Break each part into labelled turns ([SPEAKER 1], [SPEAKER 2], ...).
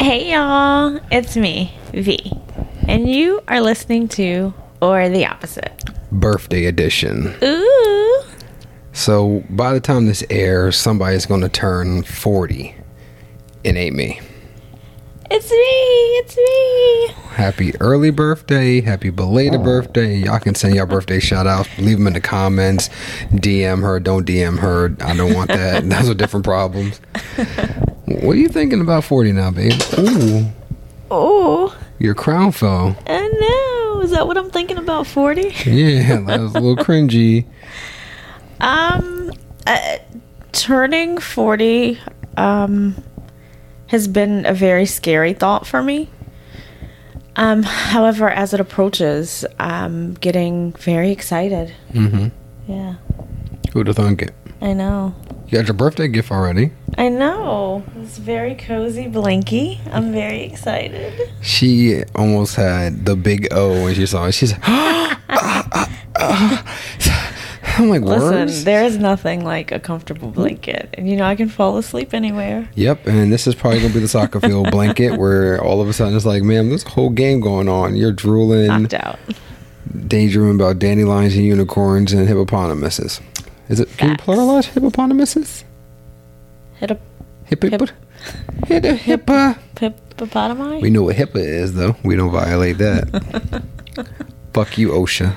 [SPEAKER 1] Hey y'all, it's me, V, and you are listening to Or the Opposite.
[SPEAKER 2] Birthday edition.
[SPEAKER 1] Ooh,
[SPEAKER 2] So by the time this airs, somebody's going to turn 40. It ain't me.
[SPEAKER 1] it's me, it's me.
[SPEAKER 2] Happy early birthday. Happy belated birthday. Y'all can send y'all birthday shout outs. Leave them in the comments. DM her. Don't DM her. I don't want that. Those are different problems. What are you thinking about 40 now, babe? Ooh,
[SPEAKER 1] Oh,
[SPEAKER 2] your crown fell.
[SPEAKER 1] I know. Is that what I'm thinking about? Forty?
[SPEAKER 2] Yeah, that was a little cringy.
[SPEAKER 1] Um, uh, turning forty, um, has been a very scary thought for me. Um, however, as it approaches, I'm getting very excited.
[SPEAKER 2] hmm
[SPEAKER 1] Yeah,
[SPEAKER 2] Who'd have thunk it?
[SPEAKER 1] I know.
[SPEAKER 2] You got your birthday gift already.
[SPEAKER 1] I know. It's very cozy, blanky. I'm very excited.
[SPEAKER 2] She almost had the big O when she saw it. She's like, "Ah, ah, ah." I'm like,
[SPEAKER 1] Listen,
[SPEAKER 2] words?
[SPEAKER 1] there is nothing like a comfortable blanket, and you know I can fall asleep anywhere.
[SPEAKER 2] Yep, and this is probably gonna be the soccer field blanket where all of a sudden it's like, ma'am, there's a whole game going on. You're drooling,
[SPEAKER 1] Knocked out.
[SPEAKER 2] daydreaming about dandelions and unicorns and hippopotamuses. Is it can you
[SPEAKER 1] Facts.
[SPEAKER 2] pluralize hippopotamuses?
[SPEAKER 1] Hit a
[SPEAKER 2] Hip hip
[SPEAKER 1] Hip-
[SPEAKER 2] hit a hippa.
[SPEAKER 1] hippopotami.
[SPEAKER 2] We know what hippa is though. We don't violate that. Fuck you, OSHA.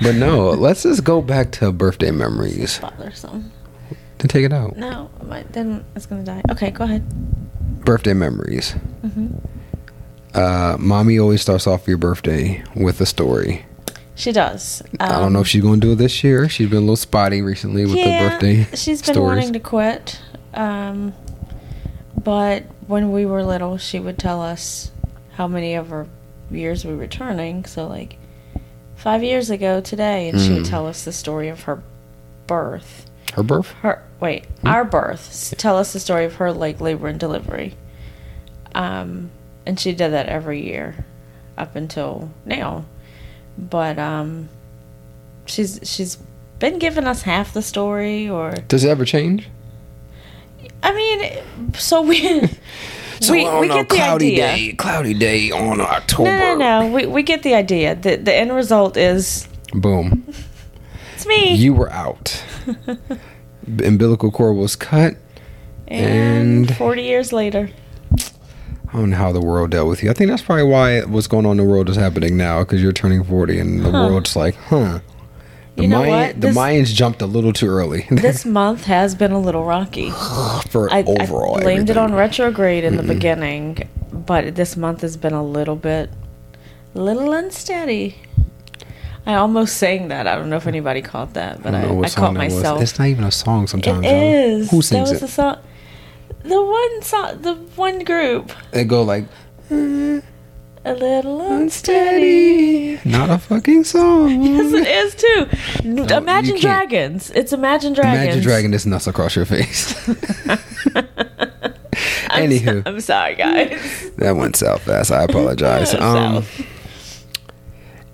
[SPEAKER 2] but no, let's just go back to birthday memories.
[SPEAKER 1] Bothersome.
[SPEAKER 2] Then take it out.
[SPEAKER 1] No, my, then it's gonna die. Okay, go ahead.
[SPEAKER 2] Birthday memories.
[SPEAKER 1] Mm-hmm.
[SPEAKER 2] Uh, mommy always starts off your birthday with a story.
[SPEAKER 1] She does.
[SPEAKER 2] I don't know
[SPEAKER 1] Um,
[SPEAKER 2] if she's going to do it this year. She's been a little spotty recently with the birthday
[SPEAKER 1] She's been
[SPEAKER 2] stories.
[SPEAKER 1] wanting to quit. Um, but when we were little, she would tell us how many of her years we were turning. So, like, five years ago today, and
[SPEAKER 2] Hmm.
[SPEAKER 1] she would tell us the story of her birth.
[SPEAKER 2] Her birth?
[SPEAKER 1] Her, wait,
[SPEAKER 2] Hmm?
[SPEAKER 1] our birth. S- Tell us the story of her, like, labor and delivery. Um, and she did that every year up until now. But, um, she's, she's been giving us half the story or
[SPEAKER 2] Does it ever change?
[SPEAKER 1] I mean, so we we,
[SPEAKER 2] on
[SPEAKER 1] we
[SPEAKER 2] a
[SPEAKER 1] get the
[SPEAKER 2] cloudy
[SPEAKER 1] idea.
[SPEAKER 2] day, cloudy day on October.
[SPEAKER 1] No, no, no. We we get the idea. The the end result is
[SPEAKER 2] Boom.
[SPEAKER 1] it's me.
[SPEAKER 2] You were out. The umbilical cord was cut.
[SPEAKER 1] and,
[SPEAKER 2] and-
[SPEAKER 1] forty years later,
[SPEAKER 2] I don't know how the world dealt with you. I think that's probably why what's going on in the world is happening now because you're turning 40 and the world's like, huh. The,
[SPEAKER 1] You know
[SPEAKER 2] Mayan-
[SPEAKER 1] what?
[SPEAKER 2] the
[SPEAKER 1] This-
[SPEAKER 2] Mayans jumped a little too early
[SPEAKER 1] this month has been a little rocky.
[SPEAKER 2] for
[SPEAKER 1] I,
[SPEAKER 2] overall.
[SPEAKER 1] I blamed it
[SPEAKER 2] everything.
[SPEAKER 1] on retrograde in the beginning, but this month has been a little bit, little unsteady. I almost sang that. I don't know if anybody caught that, but I, I, caught
[SPEAKER 2] that was.
[SPEAKER 1] myself.
[SPEAKER 2] It's not even a song sometimes.
[SPEAKER 1] It
[SPEAKER 2] y'all.
[SPEAKER 1] is.
[SPEAKER 2] Who sings
[SPEAKER 1] that was
[SPEAKER 2] it?
[SPEAKER 1] the song. The one song. The one group.
[SPEAKER 2] They go like, "Uh,
[SPEAKER 1] A little unsteady.
[SPEAKER 2] unsteady, not a fucking song.
[SPEAKER 1] Yes, it is too. N-
[SPEAKER 2] you
[SPEAKER 1] Imagine
[SPEAKER 2] can't.
[SPEAKER 1] Dragons. It's Imagine Dragons.
[SPEAKER 2] Imagine dragging this nuts across your face. Anywho,
[SPEAKER 1] I'm sorry, guys.
[SPEAKER 2] that went south fast. I apologize.
[SPEAKER 1] That went
[SPEAKER 2] Um,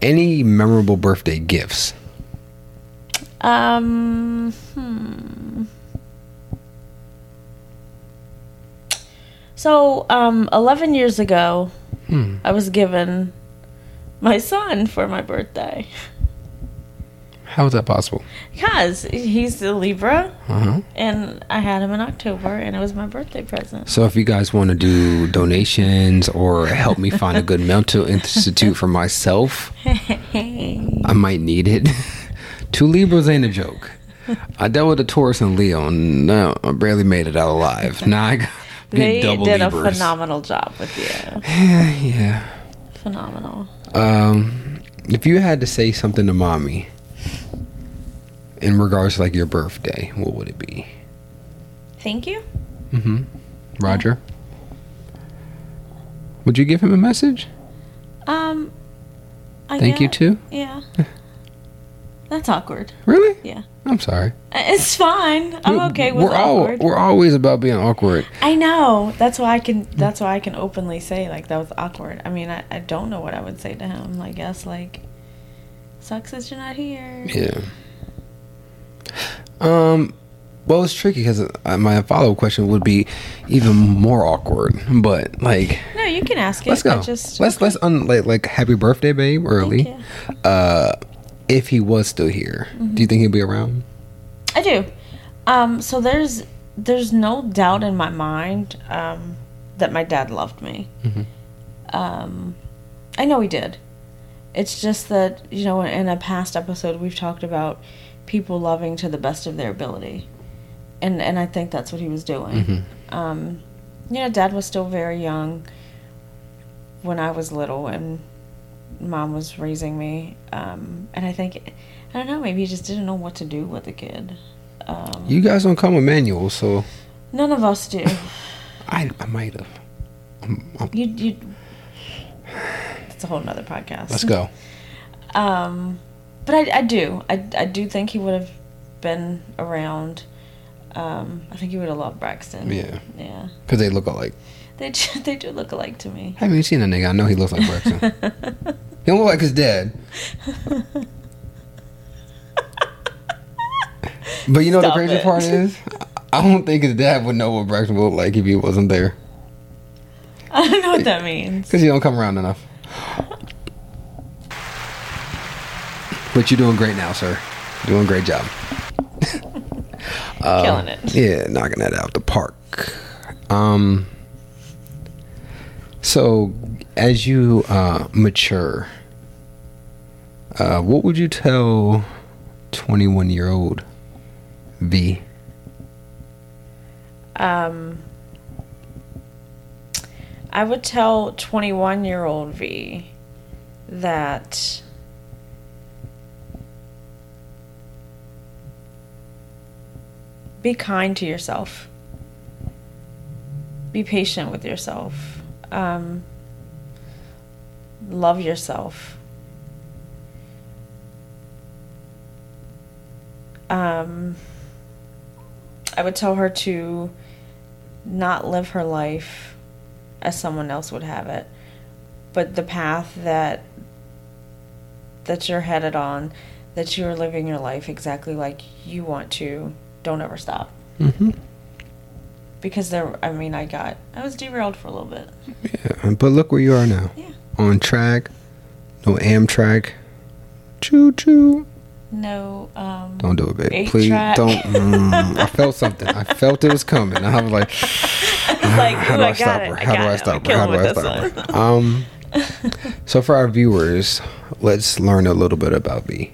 [SPEAKER 2] any memorable birthday gifts?
[SPEAKER 1] Um. Hmm. So, um, 11 years ago,
[SPEAKER 2] Hmm.
[SPEAKER 1] I was given my son for my birthday.
[SPEAKER 2] How is that possible?
[SPEAKER 1] Because he's a Libra,
[SPEAKER 2] Uh-huh.
[SPEAKER 1] and I had him in October, and it was my birthday present.
[SPEAKER 2] So, if you guys want to do donations or help me find a good mental institute for myself,
[SPEAKER 1] Hey.
[SPEAKER 2] I might need it. Two Libras ain't a joke. I dealt with a Taurus and Leo, and no, I barely made it out alive. Now I got big
[SPEAKER 1] They
[SPEAKER 2] double
[SPEAKER 1] did a
[SPEAKER 2] Libras.
[SPEAKER 1] phenomenal job with you.
[SPEAKER 2] yeah, yeah.
[SPEAKER 1] Phenomenal.
[SPEAKER 2] Um, if you had to say something to mommy in regards to like your birthday, what would it be?
[SPEAKER 1] Thank you.
[SPEAKER 2] Mm-hmm. Roger. Would you give him a message?
[SPEAKER 1] Um, I
[SPEAKER 2] Thank you
[SPEAKER 1] got-
[SPEAKER 2] too.
[SPEAKER 1] Yeah. That's awkward.
[SPEAKER 2] Really?
[SPEAKER 1] Yeah.
[SPEAKER 2] I'm sorry.
[SPEAKER 1] I- It's fine. I'm okay with
[SPEAKER 2] we're
[SPEAKER 1] awkward.
[SPEAKER 2] all we're always about being awkward.
[SPEAKER 1] I know. That's why I can. That's why I can openly say like that was awkward. I mean, I, I don't know what I would say to him. I guess like, sucks that you're not here.
[SPEAKER 2] Yeah. Um, Well, it's tricky because my follow up question would be even more awkward. But like,
[SPEAKER 1] No, you can ask it.
[SPEAKER 2] let's go.
[SPEAKER 1] I just
[SPEAKER 2] let's let's un- like, like happy birthday, babe, early. Uh, if he was still here, do you think he'd be around?
[SPEAKER 1] I do. Um, so there's there's no doubt in my mind um, that my dad loved me. Um, I know he did. It's just that you know, in a past episode, we've talked about people loving to the best of their ability, and and I think that's what he was doing. Um, you know, dad was still very young when I was little, and mom was raising me, um, and I think I don't know, maybe he just didn't know what to do with a kid. Um,
[SPEAKER 2] You guys don't come with manuals, so
[SPEAKER 1] none of us do.
[SPEAKER 2] I I might have.
[SPEAKER 1] You you. It's a whole nother podcast.
[SPEAKER 2] Let's go.
[SPEAKER 1] Um, but I, I do. I, I do think he would have been around. Um, I think he would have loved Braxton.
[SPEAKER 2] Yeah,
[SPEAKER 1] Yeah.
[SPEAKER 2] because they look alike.
[SPEAKER 1] They do, they do look alike to me.
[SPEAKER 2] Haven't you seen a nigga? I know he looks like Braxton. he don't look like his dad. but you know
[SPEAKER 1] Stop
[SPEAKER 2] the crazy
[SPEAKER 1] it.
[SPEAKER 2] part is, I don't think his dad would know what Braxton would look like if he wasn't there,
[SPEAKER 1] I don't know what that means.
[SPEAKER 2] because he don't come around enough. But you're doing great now, sir. Doing a great job. Uh,
[SPEAKER 1] Killing it.
[SPEAKER 2] Yeah, knocking that out the park. Um. So, as you uh, mature, uh, what would you tell twenty-one-year-old V?
[SPEAKER 1] Um, I would tell 21 year old V that be kind to yourself, be patient with yourself, um, love yourself. Um, I would tell her to not live her life as someone else would have it, but the path that that you're headed on, that you're living your life exactly like you want to. Don't ever stop.
[SPEAKER 2] Mm-hmm.
[SPEAKER 1] Because there, I mean, I got, I was derailed for a little bit.
[SPEAKER 2] Yeah, but look where you are now.
[SPEAKER 1] Yeah.
[SPEAKER 2] On track. No Amtrak. Choo choo.
[SPEAKER 1] No, um,
[SPEAKER 2] Don't do it, babe.
[SPEAKER 1] Eight
[SPEAKER 2] Please
[SPEAKER 1] track.
[SPEAKER 2] don't. Mm, I felt something. I felt it was coming. I was like,
[SPEAKER 1] it's like, ooh,
[SPEAKER 2] how do I,
[SPEAKER 1] I
[SPEAKER 2] stop
[SPEAKER 1] got it.
[SPEAKER 2] her?
[SPEAKER 1] I
[SPEAKER 2] How do I
[SPEAKER 1] got it. I'm
[SPEAKER 2] stop her? How do
[SPEAKER 1] killing
[SPEAKER 2] I
[SPEAKER 1] with
[SPEAKER 2] stop
[SPEAKER 1] this
[SPEAKER 2] her? Um, so for our viewers, let's learn a little bit about V.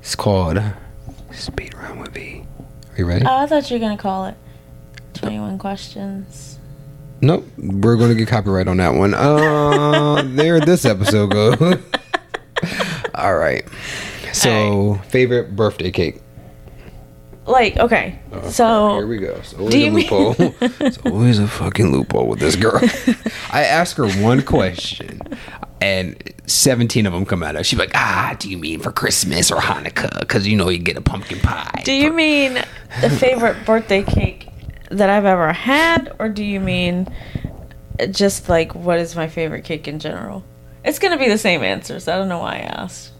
[SPEAKER 2] It's called Speed Run with V. Are you ready?
[SPEAKER 1] Oh, I thought you were gonna call it 21 questions.
[SPEAKER 2] nope. We're going to get copyright on that one. Uh, there this episode goes. All right. So, favorite birthday cake.
[SPEAKER 1] Like, okay,
[SPEAKER 2] Oh, Okay,
[SPEAKER 1] so
[SPEAKER 2] here we go. It's always
[SPEAKER 1] Oh. do
[SPEAKER 2] a
[SPEAKER 1] you mean-
[SPEAKER 2] loophole. it's always a fucking loophole with this girl. I ask her one question, and seventeen of them come out of. She's like, "Ah, do you mean for Christmas or Hanukkah? Because you know you get a pumpkin pie."
[SPEAKER 1] Do you mean the favorite birthday cake that I've ever had, or do you mean just like what is my favorite cake in general? It's gonna be the same answer, so I don't know why I asked.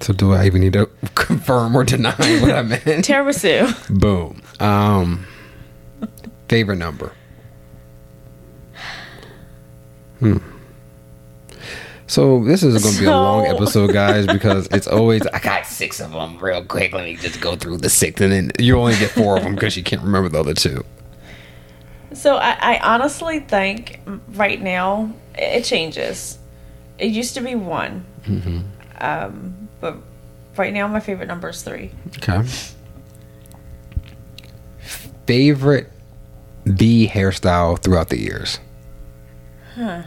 [SPEAKER 2] so do I even need to confirm or deny what I meant?
[SPEAKER 1] Tiramisu.
[SPEAKER 2] Boom. Um, favorite number. Hmm. So this is going to be a long
[SPEAKER 1] So-
[SPEAKER 2] episode, guys, because it's always I got six of them real quick. Let me just go through the six, and then you only get four of them because you can't remember the other two.
[SPEAKER 1] So I, I honestly think right now it it changes. It used to be one, um, but right now my favorite number is three.
[SPEAKER 2] Okay. Favorite B hairstyle throughout the years.
[SPEAKER 1] Huh.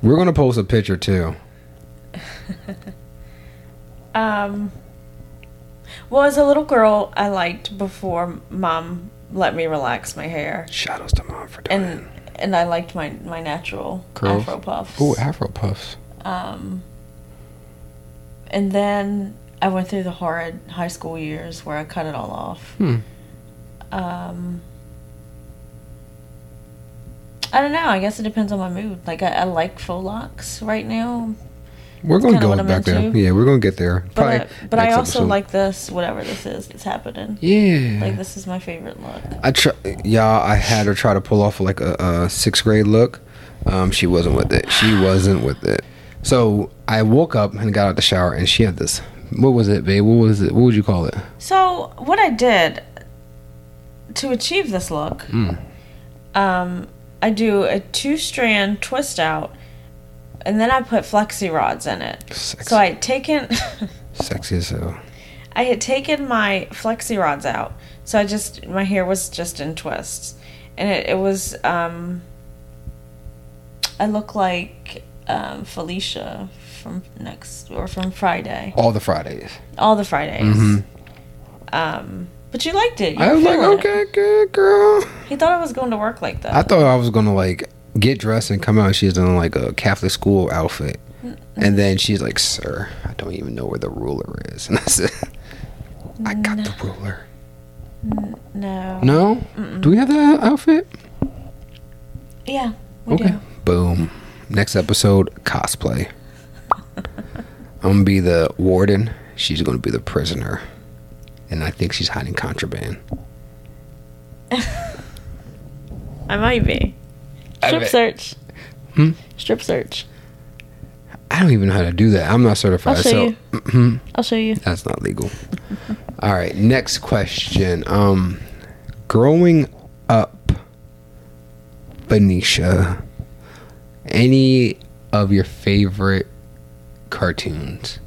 [SPEAKER 2] We're gonna post a picture too.
[SPEAKER 1] Um, well, as a little girl, I liked before mom let me relax my hair.
[SPEAKER 2] Shout outs to mom for doing it.
[SPEAKER 1] and and I liked my my natural
[SPEAKER 2] Curls?
[SPEAKER 1] afro puffs.
[SPEAKER 2] Ooh, Afro puffs.
[SPEAKER 1] Um, and then I went through the horrid high school years where I cut it all off.
[SPEAKER 2] Hmm.
[SPEAKER 1] Um, I don't know. I guess it depends on my mood. Like I, I like faux locks right now.
[SPEAKER 2] We're going to
[SPEAKER 1] kinda
[SPEAKER 2] go
[SPEAKER 1] what I'm
[SPEAKER 2] back there.
[SPEAKER 1] into.
[SPEAKER 2] Yeah, we're going to get there.
[SPEAKER 1] But I, but I
[SPEAKER 2] next
[SPEAKER 1] also
[SPEAKER 2] episode.
[SPEAKER 1] like this, whatever this is that's happening.
[SPEAKER 2] Yeah.
[SPEAKER 1] Like this is my favorite look.
[SPEAKER 2] I try, y'all. I had her try to pull off like a, a sixth grade look. Um, she wasn't with it. She wasn't with it. So I woke up and got out the shower, and she had this. What was it, babe? What was it? What would you call it?
[SPEAKER 1] So what I did to achieve this look, um, I do a two strand twist out, and then I put flexi rods in it.
[SPEAKER 2] Sexy,
[SPEAKER 1] So I had taken,
[SPEAKER 2] sexy as hell.
[SPEAKER 1] I had taken my flexi rods out. So I just my hair was just in twists, and it, it was um, I look like um, Felicia from next or from Friday,
[SPEAKER 2] All the Fridays.
[SPEAKER 1] all the Fridays. Um, but you liked it. You
[SPEAKER 2] Mm-hmm. I
[SPEAKER 1] were
[SPEAKER 2] was like,
[SPEAKER 1] feeling it.
[SPEAKER 2] okay, good girl.
[SPEAKER 1] He thought I was going to work like that.
[SPEAKER 2] I thought I was gonna like get dressed and come out. and She's in like a Catholic school outfit, and then she's like, "Sir, I don't even know where the ruler is." And I said, "I got the ruler."
[SPEAKER 1] no.
[SPEAKER 2] No, do we have that outfit?
[SPEAKER 1] Yeah, we do.
[SPEAKER 2] Boom. Next episode, cosplay. I'm gonna be the warden. She's gonna be the prisoner, and I think she's hiding contraband.
[SPEAKER 1] I might be.
[SPEAKER 2] I
[SPEAKER 1] Strip
[SPEAKER 2] bet.
[SPEAKER 1] search.
[SPEAKER 2] Hmm?
[SPEAKER 1] Strip search.
[SPEAKER 2] I don't even know how to do that. I'm not
[SPEAKER 1] I'll
[SPEAKER 2] certified,
[SPEAKER 1] show
[SPEAKER 2] so mm-hmm.
[SPEAKER 1] you. I'll show you.
[SPEAKER 2] that's not legal. All right, next question. Um, growing up, Benicia, any of your favorite cartoons,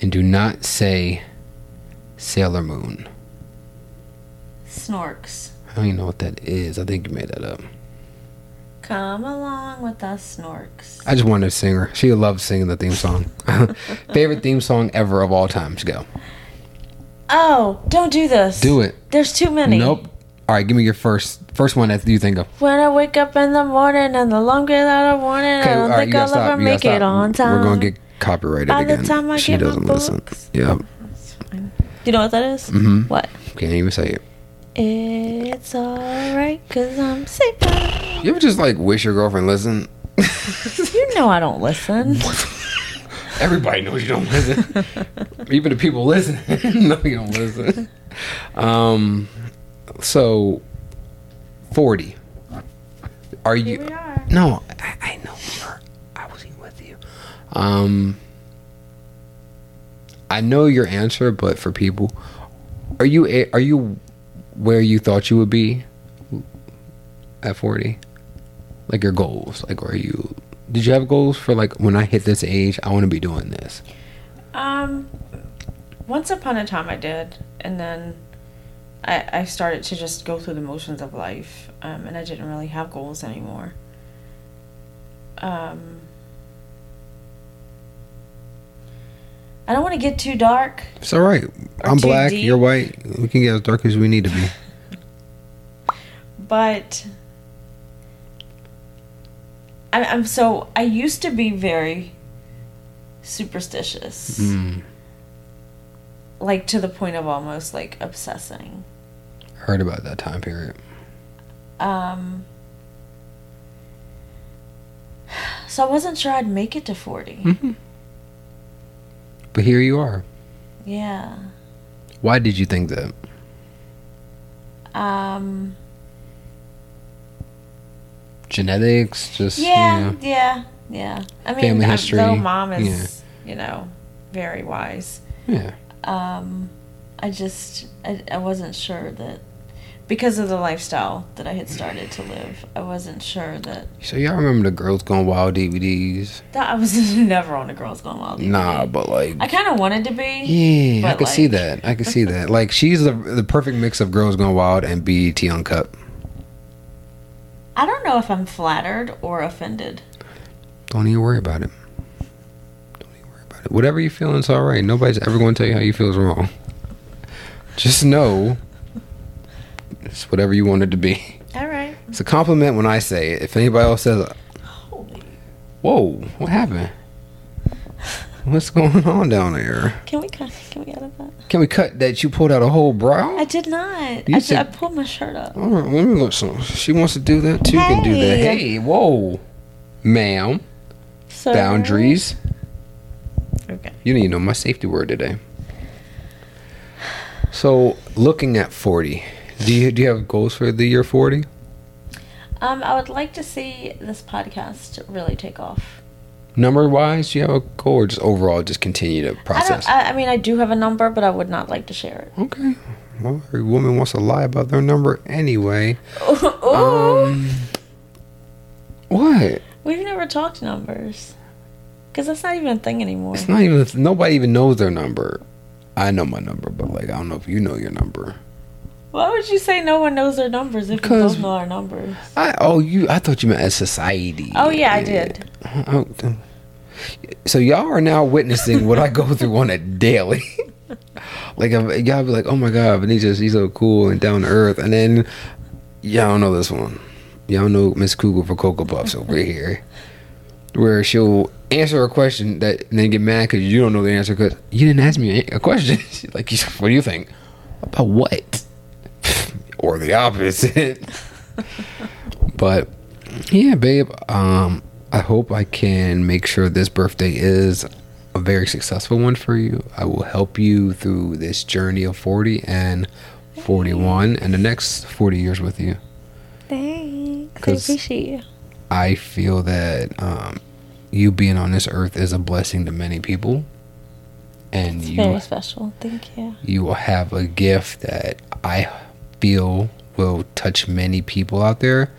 [SPEAKER 2] and do not say Sailor Moon.
[SPEAKER 1] Snorks.
[SPEAKER 2] I don't even know what that is. I think you made that up.
[SPEAKER 1] Come along with us, Snorks.
[SPEAKER 2] I just wanted to sing her. She loved singing the theme song. favorite theme song ever of all time. Just go.
[SPEAKER 1] Oh, don't do this.
[SPEAKER 2] Do it.
[SPEAKER 1] There's too many.
[SPEAKER 2] Nope. All right, give me your first first one that you think of.
[SPEAKER 1] When I wake up in the morning and the longer that I want it, I don't
[SPEAKER 2] all right,
[SPEAKER 1] think I'll ever
[SPEAKER 2] you gotta
[SPEAKER 1] make it on time.
[SPEAKER 2] We're gonna get copyrighted
[SPEAKER 1] By the
[SPEAKER 2] again.
[SPEAKER 1] time I
[SPEAKER 2] she
[SPEAKER 1] get my
[SPEAKER 2] doesn't listen.
[SPEAKER 1] books.
[SPEAKER 2] Yeah,
[SPEAKER 1] You know what that is?
[SPEAKER 2] Mhm.
[SPEAKER 1] What?
[SPEAKER 2] can't even say it.
[SPEAKER 1] It's alright, cause I'm sick of it.
[SPEAKER 2] You ever just like wish your girlfriend listen?
[SPEAKER 1] You know I don't listen.
[SPEAKER 2] Everybody knows you don't listen. Even the people listening know you don't listen. Um, so forty. Are you?
[SPEAKER 1] we are.
[SPEAKER 2] No, I, I know we are. I was here with you. Um, I know your answer, but for people, are you a- are you where you thought you would be at forty? Like your goals? Like, are you? Did you have goals for like when I hit this age, I want to be doing this?
[SPEAKER 1] Um, once upon a time I did, and then I, I started to just go through the motions of life, um, and I didn't really have goals anymore. Um, I don't want to get too dark.
[SPEAKER 2] It's all right. I'm
[SPEAKER 1] too
[SPEAKER 2] black.
[SPEAKER 1] deep.
[SPEAKER 2] You're white. We can get as dark as we need to be.
[SPEAKER 1] but I, I'm so I used to be very superstitious,
[SPEAKER 2] Hmm.
[SPEAKER 1] like to the point of almost like obsessing.
[SPEAKER 2] Heard about that time period.
[SPEAKER 1] Um, so I wasn't sure I'd make it to 40.
[SPEAKER 2] Hmm. But here you are.
[SPEAKER 1] Yeah.
[SPEAKER 2] Why did you think that?
[SPEAKER 1] Um,
[SPEAKER 2] Genetics? Just
[SPEAKER 1] yeah, yeah, yeah, I mean,
[SPEAKER 2] Family
[SPEAKER 1] I'm-
[SPEAKER 2] history,
[SPEAKER 1] Though mom is, you know, very wise.
[SPEAKER 2] yeah. yeah.
[SPEAKER 1] um, I just I, I wasn't sure that because of the lifestyle that I had started to live, I wasn't sure that
[SPEAKER 2] So y'all remember the Girls Gone Wild DVDs?
[SPEAKER 1] that I was never on a girls gone wild. DVD.
[SPEAKER 2] Nah, but like,
[SPEAKER 1] I kind of wanted to be.
[SPEAKER 2] yeah, I
[SPEAKER 1] but,
[SPEAKER 2] could see
[SPEAKER 1] like-
[SPEAKER 2] that. I could see that. Like, she's the the perfect mix of Girls Gone Wild and E BET Uncut.
[SPEAKER 1] I don't know if I'm flattered or offended.
[SPEAKER 2] Don't even worry about it. Don't even worry about it. Whatever you feel, it's all right. Nobody's ever going to tell you how you feel is wrong. Just know, it's whatever you want it to be.
[SPEAKER 1] All right.
[SPEAKER 2] It's a compliment when I say it. If anybody else says,
[SPEAKER 1] Holy.
[SPEAKER 2] "Whoa, what happened? What's going on down there?"
[SPEAKER 1] Can we cut? Can we edit that?
[SPEAKER 2] Can we cut that? You pulled out a whole brow.
[SPEAKER 1] I did not.
[SPEAKER 2] You
[SPEAKER 1] I, ju- I
[SPEAKER 2] said-
[SPEAKER 1] pulled my shirt up.
[SPEAKER 2] All right, let me look. So she wants to do that too. Can do that.
[SPEAKER 1] Hey.
[SPEAKER 2] Hey, whoa, ma'am.
[SPEAKER 1] So
[SPEAKER 2] Boundaries.
[SPEAKER 1] Okay.
[SPEAKER 2] You don't even know my safety word today. So, looking at 40, do you, do you have goals for the year 40?
[SPEAKER 1] Um, I would like to see this podcast really take off.
[SPEAKER 2] Number wise, do you have a goal or just overall just continue the
[SPEAKER 1] I
[SPEAKER 2] process?
[SPEAKER 1] don't. I, I mean, I do have a number, but I would not like to share
[SPEAKER 2] okay. Well, every woman wants to lie about their number anyway.
[SPEAKER 1] it. Ooh,
[SPEAKER 2] Um, what?
[SPEAKER 1] we've never talked numbers, because that's not even a thing anymore.
[SPEAKER 2] It's not even, nobody even knows their number. I know my number, but like, I don't know if you know your number.
[SPEAKER 1] Why would you say no one knows their numbers if you
[SPEAKER 2] Because-
[SPEAKER 1] both know our numbers?
[SPEAKER 2] I, oh, you, I thought you meant as society.
[SPEAKER 1] Oh yeah, I did.
[SPEAKER 2] Oh, th- so y'all are now witnessing what I go through on a daily. like I'm, y'all be like, "Oh my god, but he's just he's so cool and down to earth," and then y'all know this one. Y'all know Miss Kugel for Cocoa Puffs over here, where she'll answer a question that and then get mad because you don't know the answer because you didn't ask me a question. She's like, "What do you think about what?" or the opposite. but yeah, babe. Um, I hope I can make sure this birthday is a very successful one for you. I will help you through this journey of 40 and 41 and the next 40 years with you.
[SPEAKER 1] Thanks. I
[SPEAKER 2] 'Cause-
[SPEAKER 1] appreciate you.
[SPEAKER 2] I feel that um, you being on this earth is a blessing to many people. And
[SPEAKER 1] It's
[SPEAKER 2] you
[SPEAKER 1] very special. Thank you.
[SPEAKER 2] you will have a gift that I feel will touch many people out there.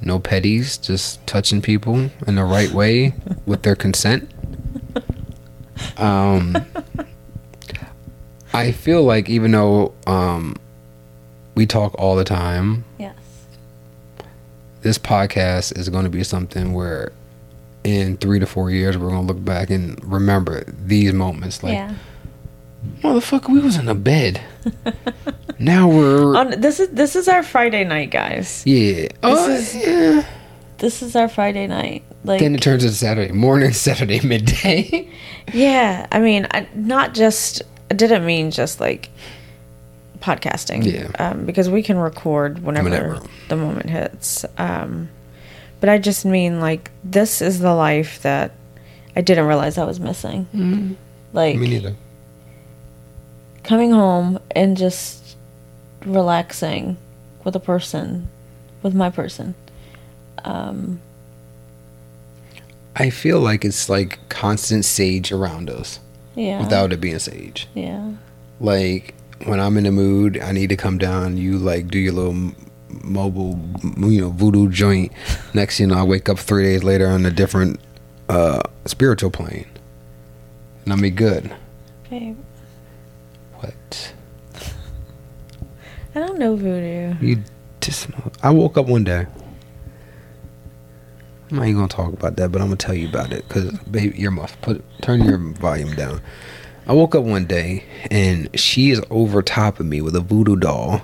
[SPEAKER 2] No petties, just touching people in the right way with their consent. Um, I feel like even though um, we talk all the time,
[SPEAKER 1] Yes.
[SPEAKER 2] this podcast is going to be something where in three to four years we're going to look back and remember these moments. Like,
[SPEAKER 1] yeah.
[SPEAKER 2] motherfucker, we was in a bed. now we're
[SPEAKER 1] On this is this is our Friday night, guys.
[SPEAKER 2] yeah. Oh,
[SPEAKER 1] is-
[SPEAKER 2] yeah.
[SPEAKER 1] This is our Friday night. Like
[SPEAKER 2] Then it turns into Saturday morning, Saturday midday.
[SPEAKER 1] Yeah, I mean, I, not just. I didn't mean just like podcasting.
[SPEAKER 2] Yeah.
[SPEAKER 1] Um, because we can record whenever,
[SPEAKER 2] Whenever.
[SPEAKER 1] the moment hits. Um, but I just mean like this is the life that I didn't realize I was missing. Like
[SPEAKER 2] Mm-hmm. Me neither.
[SPEAKER 1] coming home and just relaxing with a person, with my person.
[SPEAKER 2] I feel like it's like constant sage around us
[SPEAKER 1] Yeah.
[SPEAKER 2] without it being sage.
[SPEAKER 1] yeah.
[SPEAKER 2] Like when I'm in the mood, I need to come down. You like do your little m- mobile, m- you know, voodoo joint. Next, thing you know, I wake up three days later on a different uh, spiritual plane, and I'm be good.
[SPEAKER 1] Babe,
[SPEAKER 2] What?
[SPEAKER 1] I don't know voodoo.
[SPEAKER 2] You just. I woke up one day. I'm not even gonna talk about that, but I'm gonna tell you about it because, babe, your muff. Put turn your volume down. I woke up one day and she is over top of me with a voodoo doll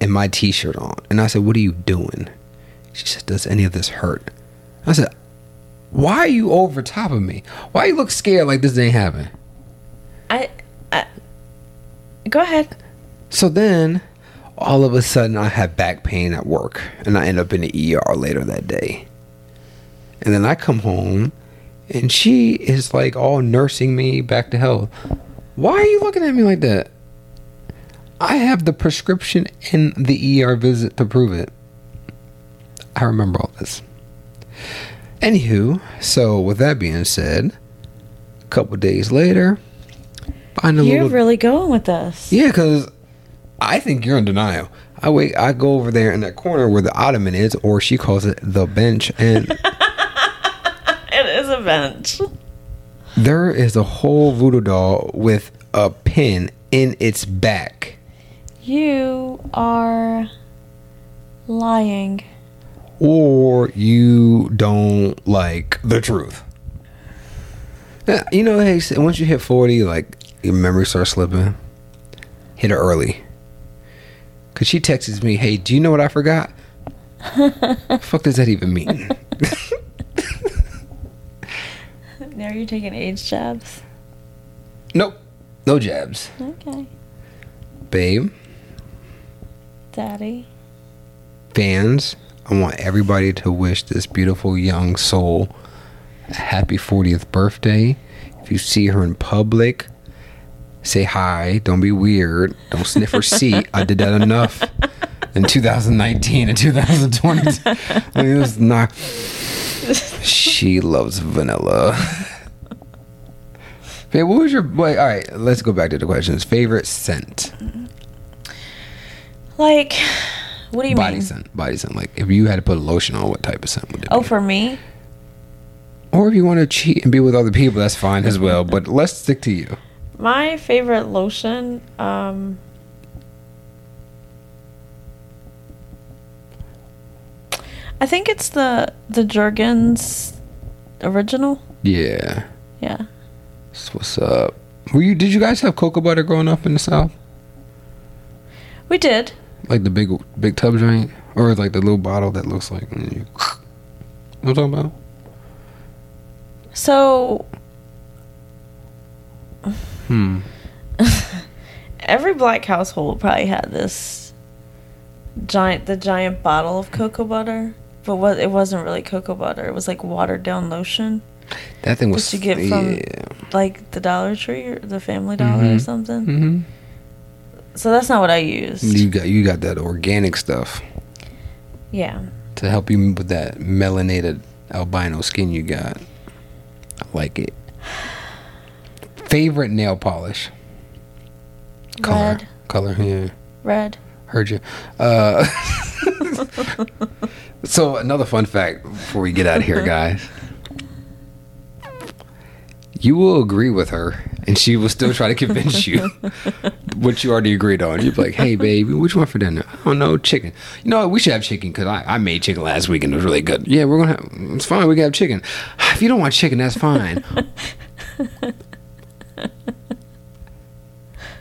[SPEAKER 2] and my T-shirt on, and I said, "What are you doing?" She said, "Does any of this hurt?" I said, "Why are you over top of me? Why you look scared like this ain't happening?"
[SPEAKER 1] I. I go ahead.
[SPEAKER 2] So then, all of a sudden, I had back pain at work, and I end up in the ER later that day. And then I come home, and she is like all nursing me back to health. Why are you looking at me like that? I have the prescription and the ER visit to prove it. I remember all this. Anywho, so with that being said, a couple days later, find a
[SPEAKER 1] You're
[SPEAKER 2] little
[SPEAKER 1] really going with this.
[SPEAKER 2] yeah, because I think you're in denial. I wait. I go over there in that corner where the ottoman is, or she calls it the bench, and
[SPEAKER 1] It is a bench.
[SPEAKER 2] there is a whole voodoo doll with a pin in its back.
[SPEAKER 1] You are lying.
[SPEAKER 2] or you don't like the truth. Yeah, You know, hey, s- once you hit 40, like your memory starts slipping. Hit her early. Cause she texts me, "Hey, do you know what I forgot?" Fuck does that even mean?
[SPEAKER 1] Now you're taking age jabs.
[SPEAKER 2] nope, no jabs,
[SPEAKER 1] Okay.
[SPEAKER 2] babe.
[SPEAKER 1] Daddy.
[SPEAKER 2] Fans, I want everybody to wish this beautiful young soul a happy 40th birthday. If you see her in public, say hi. Don't be weird. Don't sniff her seat. I did that enough in 2019 and 2020. I mean, it's not. She loves vanilla. Babe, what was your wait? All right, let's go back to the questions. Favorite scent,
[SPEAKER 1] Like, what do you
[SPEAKER 2] body
[SPEAKER 1] mean?
[SPEAKER 2] scent, body scent. Like if you had to put a lotion on, what type of scent would it
[SPEAKER 1] Oh,
[SPEAKER 2] be?
[SPEAKER 1] for me,
[SPEAKER 2] Or if you want to cheat and be with other people, that's fine as well. But let's stick to you.
[SPEAKER 1] my favorite lotion. Um, I think it's the the Jergens original.
[SPEAKER 2] Yeah.
[SPEAKER 1] Yeah.
[SPEAKER 2] So what's up? Were you? Did you guys have cocoa butter growing up in the south?
[SPEAKER 1] We did.
[SPEAKER 2] Like the big, big tub joint, or like the little bottle that looks like. mm, you- Know what I'm talking about?
[SPEAKER 1] So
[SPEAKER 2] Hmm.
[SPEAKER 1] every black household probably had this giant the giant bottle of cocoa butter. But what it wasn't really cocoa butter. It was like watered down lotion,
[SPEAKER 2] That thing was.
[SPEAKER 1] you get from-
[SPEAKER 2] Yeah.
[SPEAKER 1] like the Dollar Tree or the Family Dollar or
[SPEAKER 2] Mhm.
[SPEAKER 1] something.
[SPEAKER 2] hmm
[SPEAKER 1] So that's not what I used.
[SPEAKER 2] You got you got that organic stuff
[SPEAKER 1] Yeah.
[SPEAKER 2] to help you with that melanated albino skin you got. I like it. Favorite nail polish color
[SPEAKER 1] Red.
[SPEAKER 2] color yeah.
[SPEAKER 1] Red.
[SPEAKER 2] Heard you. Uh, so another fun fact before we get out of here, guys. You will agree with her, and she will still try to convince you what you already agreed on. You'd be like, "Hey, baby, what you want for dinner? I don't know, chicken. You know, what? we should have chicken because I, I made chicken last week and it was really good. Yeah, we're gonna. Have, it's fine. We can have chicken. If you don't want chicken, that's fine.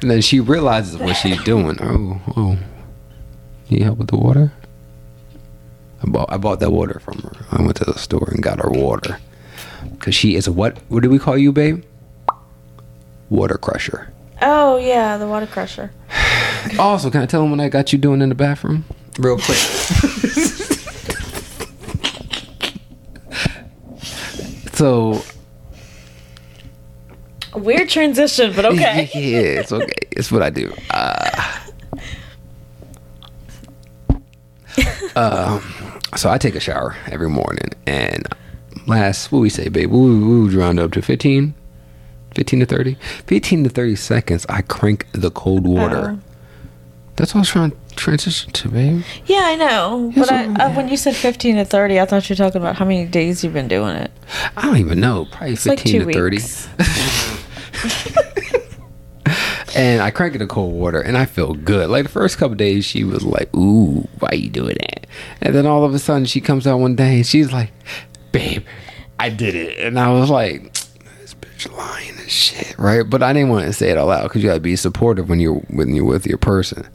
[SPEAKER 2] And then she realizes what she's doing. Oh, oh. Need help with the water? I bought I bought that water from her. I went to the store and got her water. Cause she is a what what do we call you, babe? Water crusher.
[SPEAKER 1] Oh yeah, the water crusher.
[SPEAKER 2] Also, can I tell him what I got you doing in the bathroom? Real quick. so
[SPEAKER 1] Weird transition, but okay.
[SPEAKER 2] yeah, it's okay. It's what I do. Uh, um, so I take a shower every morning, and last what we say, babe, we we would round up to 15, 15 to 30, 15 to 30 seconds. I crank the cold
[SPEAKER 1] Oh.
[SPEAKER 2] water. That's what I was trying to transition to, babe.
[SPEAKER 1] Yeah, I know.
[SPEAKER 2] Yes,
[SPEAKER 1] But I,
[SPEAKER 2] I-
[SPEAKER 1] uh, when you said 15 to 30, I thought you were talking about how many days you've been doing it.
[SPEAKER 2] I don't even know, probably
[SPEAKER 1] It's like
[SPEAKER 2] 15
[SPEAKER 1] two
[SPEAKER 2] to 30.
[SPEAKER 1] weeks.
[SPEAKER 2] and I crank it in cold water, and I feel good. Like the first couple days, she was like, "Ooh, why you doing that?" And then all of a sudden, she comes out one day and she's like, "Babe, I did it," and I was like, "This bitch lying and shit, right?" But I didn't want to say it out loud because you gotta be supportive when you're when you're with your person.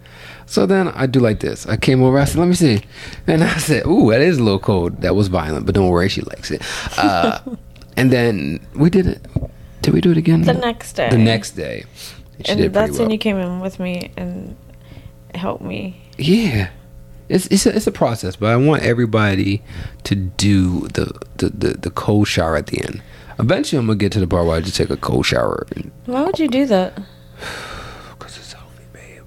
[SPEAKER 2] So then I do like this. I came over. I said, "Let me see," and I said, "Ooh, that is a little cold. That was violent, but don't worry, she likes it." Uh, and then we did it. Did we do it again?
[SPEAKER 1] The next day.
[SPEAKER 2] The next day. She
[SPEAKER 1] And
[SPEAKER 2] did pretty
[SPEAKER 1] that's
[SPEAKER 2] well.
[SPEAKER 1] when you came in with me and helped me.
[SPEAKER 2] Yeah, it's it's a, it's a process, but I want everybody to do the the, the the cold shower at the end. Eventually, I'm gonna get to the part where I just take a cold shower
[SPEAKER 1] Why would you do that?
[SPEAKER 2] because it's healthy, babe.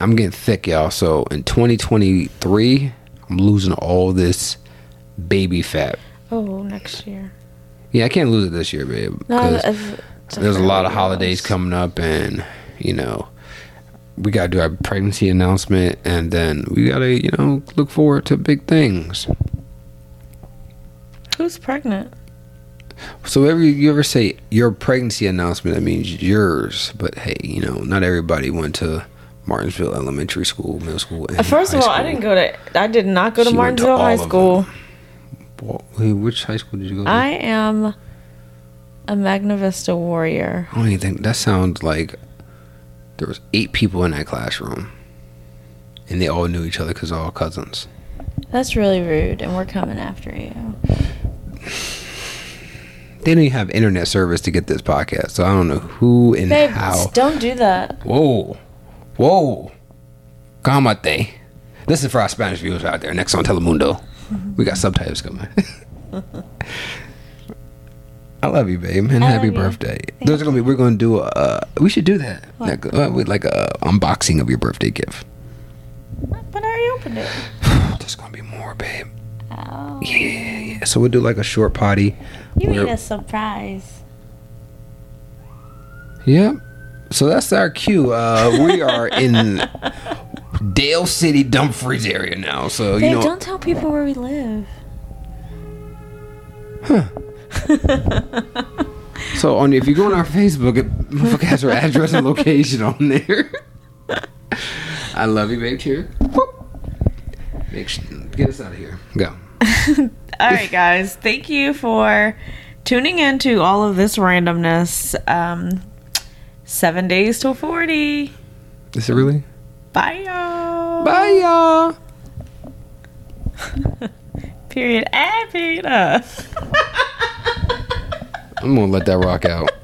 [SPEAKER 2] I'm getting thick, y'all. So in 2023, I'm losing all this baby fat.
[SPEAKER 1] Oh, next year.
[SPEAKER 2] Yeah, I can't lose it this year, babe.
[SPEAKER 1] No,
[SPEAKER 2] 'cause-
[SPEAKER 1] it's- it's
[SPEAKER 2] there's a lot of
[SPEAKER 1] fairly
[SPEAKER 2] holidays
[SPEAKER 1] gross.
[SPEAKER 2] coming up and you know we gotta do our pregnancy announcement and then we gotta you know look forward to big things
[SPEAKER 1] Who's pregnant?
[SPEAKER 2] so whenever you ever say your pregnancy announcement that means yours but hey you know not everybody went to martinsville elementary school middle school and
[SPEAKER 1] First of all,
[SPEAKER 2] high
[SPEAKER 1] I
[SPEAKER 2] school.
[SPEAKER 1] didn't go to. I did not go to
[SPEAKER 2] She went to
[SPEAKER 1] Martinsville
[SPEAKER 2] all
[SPEAKER 1] High
[SPEAKER 2] of them.
[SPEAKER 1] School.
[SPEAKER 2] Wha- wait, which high school did you go to
[SPEAKER 1] I am a Magna Vista warrior.
[SPEAKER 2] I don't even think that sounds like there was eight people in that classroom and they all knew each other because all cousins
[SPEAKER 1] That's really rude, and we're coming after you.
[SPEAKER 2] They don't even have internet service to get this podcast, so I don't know who and
[SPEAKER 1] Babe,
[SPEAKER 2] how.
[SPEAKER 1] don't do that.
[SPEAKER 2] Whoa, whoa, calmate. This is for our Spanish viewers out there. Next on Telemundo, we got subtitles coming. I love you, babe, and
[SPEAKER 1] I
[SPEAKER 2] happy
[SPEAKER 1] love you.
[SPEAKER 2] birthday. There's gonna be we're gonna do uh we should do that
[SPEAKER 1] What?
[SPEAKER 2] like uh, with like a unboxing of your birthday gift.
[SPEAKER 1] But I already opened it.
[SPEAKER 2] There's gonna be more, babe.
[SPEAKER 1] Oh,
[SPEAKER 2] Yeah, yeah. So we'll do like a short potty.
[SPEAKER 1] you
[SPEAKER 2] where-
[SPEAKER 1] need a surprise.
[SPEAKER 2] Yep. So that's our cue. Uh, we are in Dale City, Dumfries area now. So you
[SPEAKER 1] Babe,
[SPEAKER 2] know,
[SPEAKER 1] don't tell people where we live.
[SPEAKER 2] so on if you go on our Facebook, it motherfucker has our address and location on there. I love you, babe. Cheer. Whoop. Make sure, get us out of here. Go.
[SPEAKER 1] All right, guys. Thank you for tuning in to all of this randomness. Um, seven days till 40.
[SPEAKER 2] Is it really?
[SPEAKER 1] Bye, y'all.
[SPEAKER 2] Bye, y'all.
[SPEAKER 1] Period. Ah, period. Uh.
[SPEAKER 2] I'm gonna let that rock out.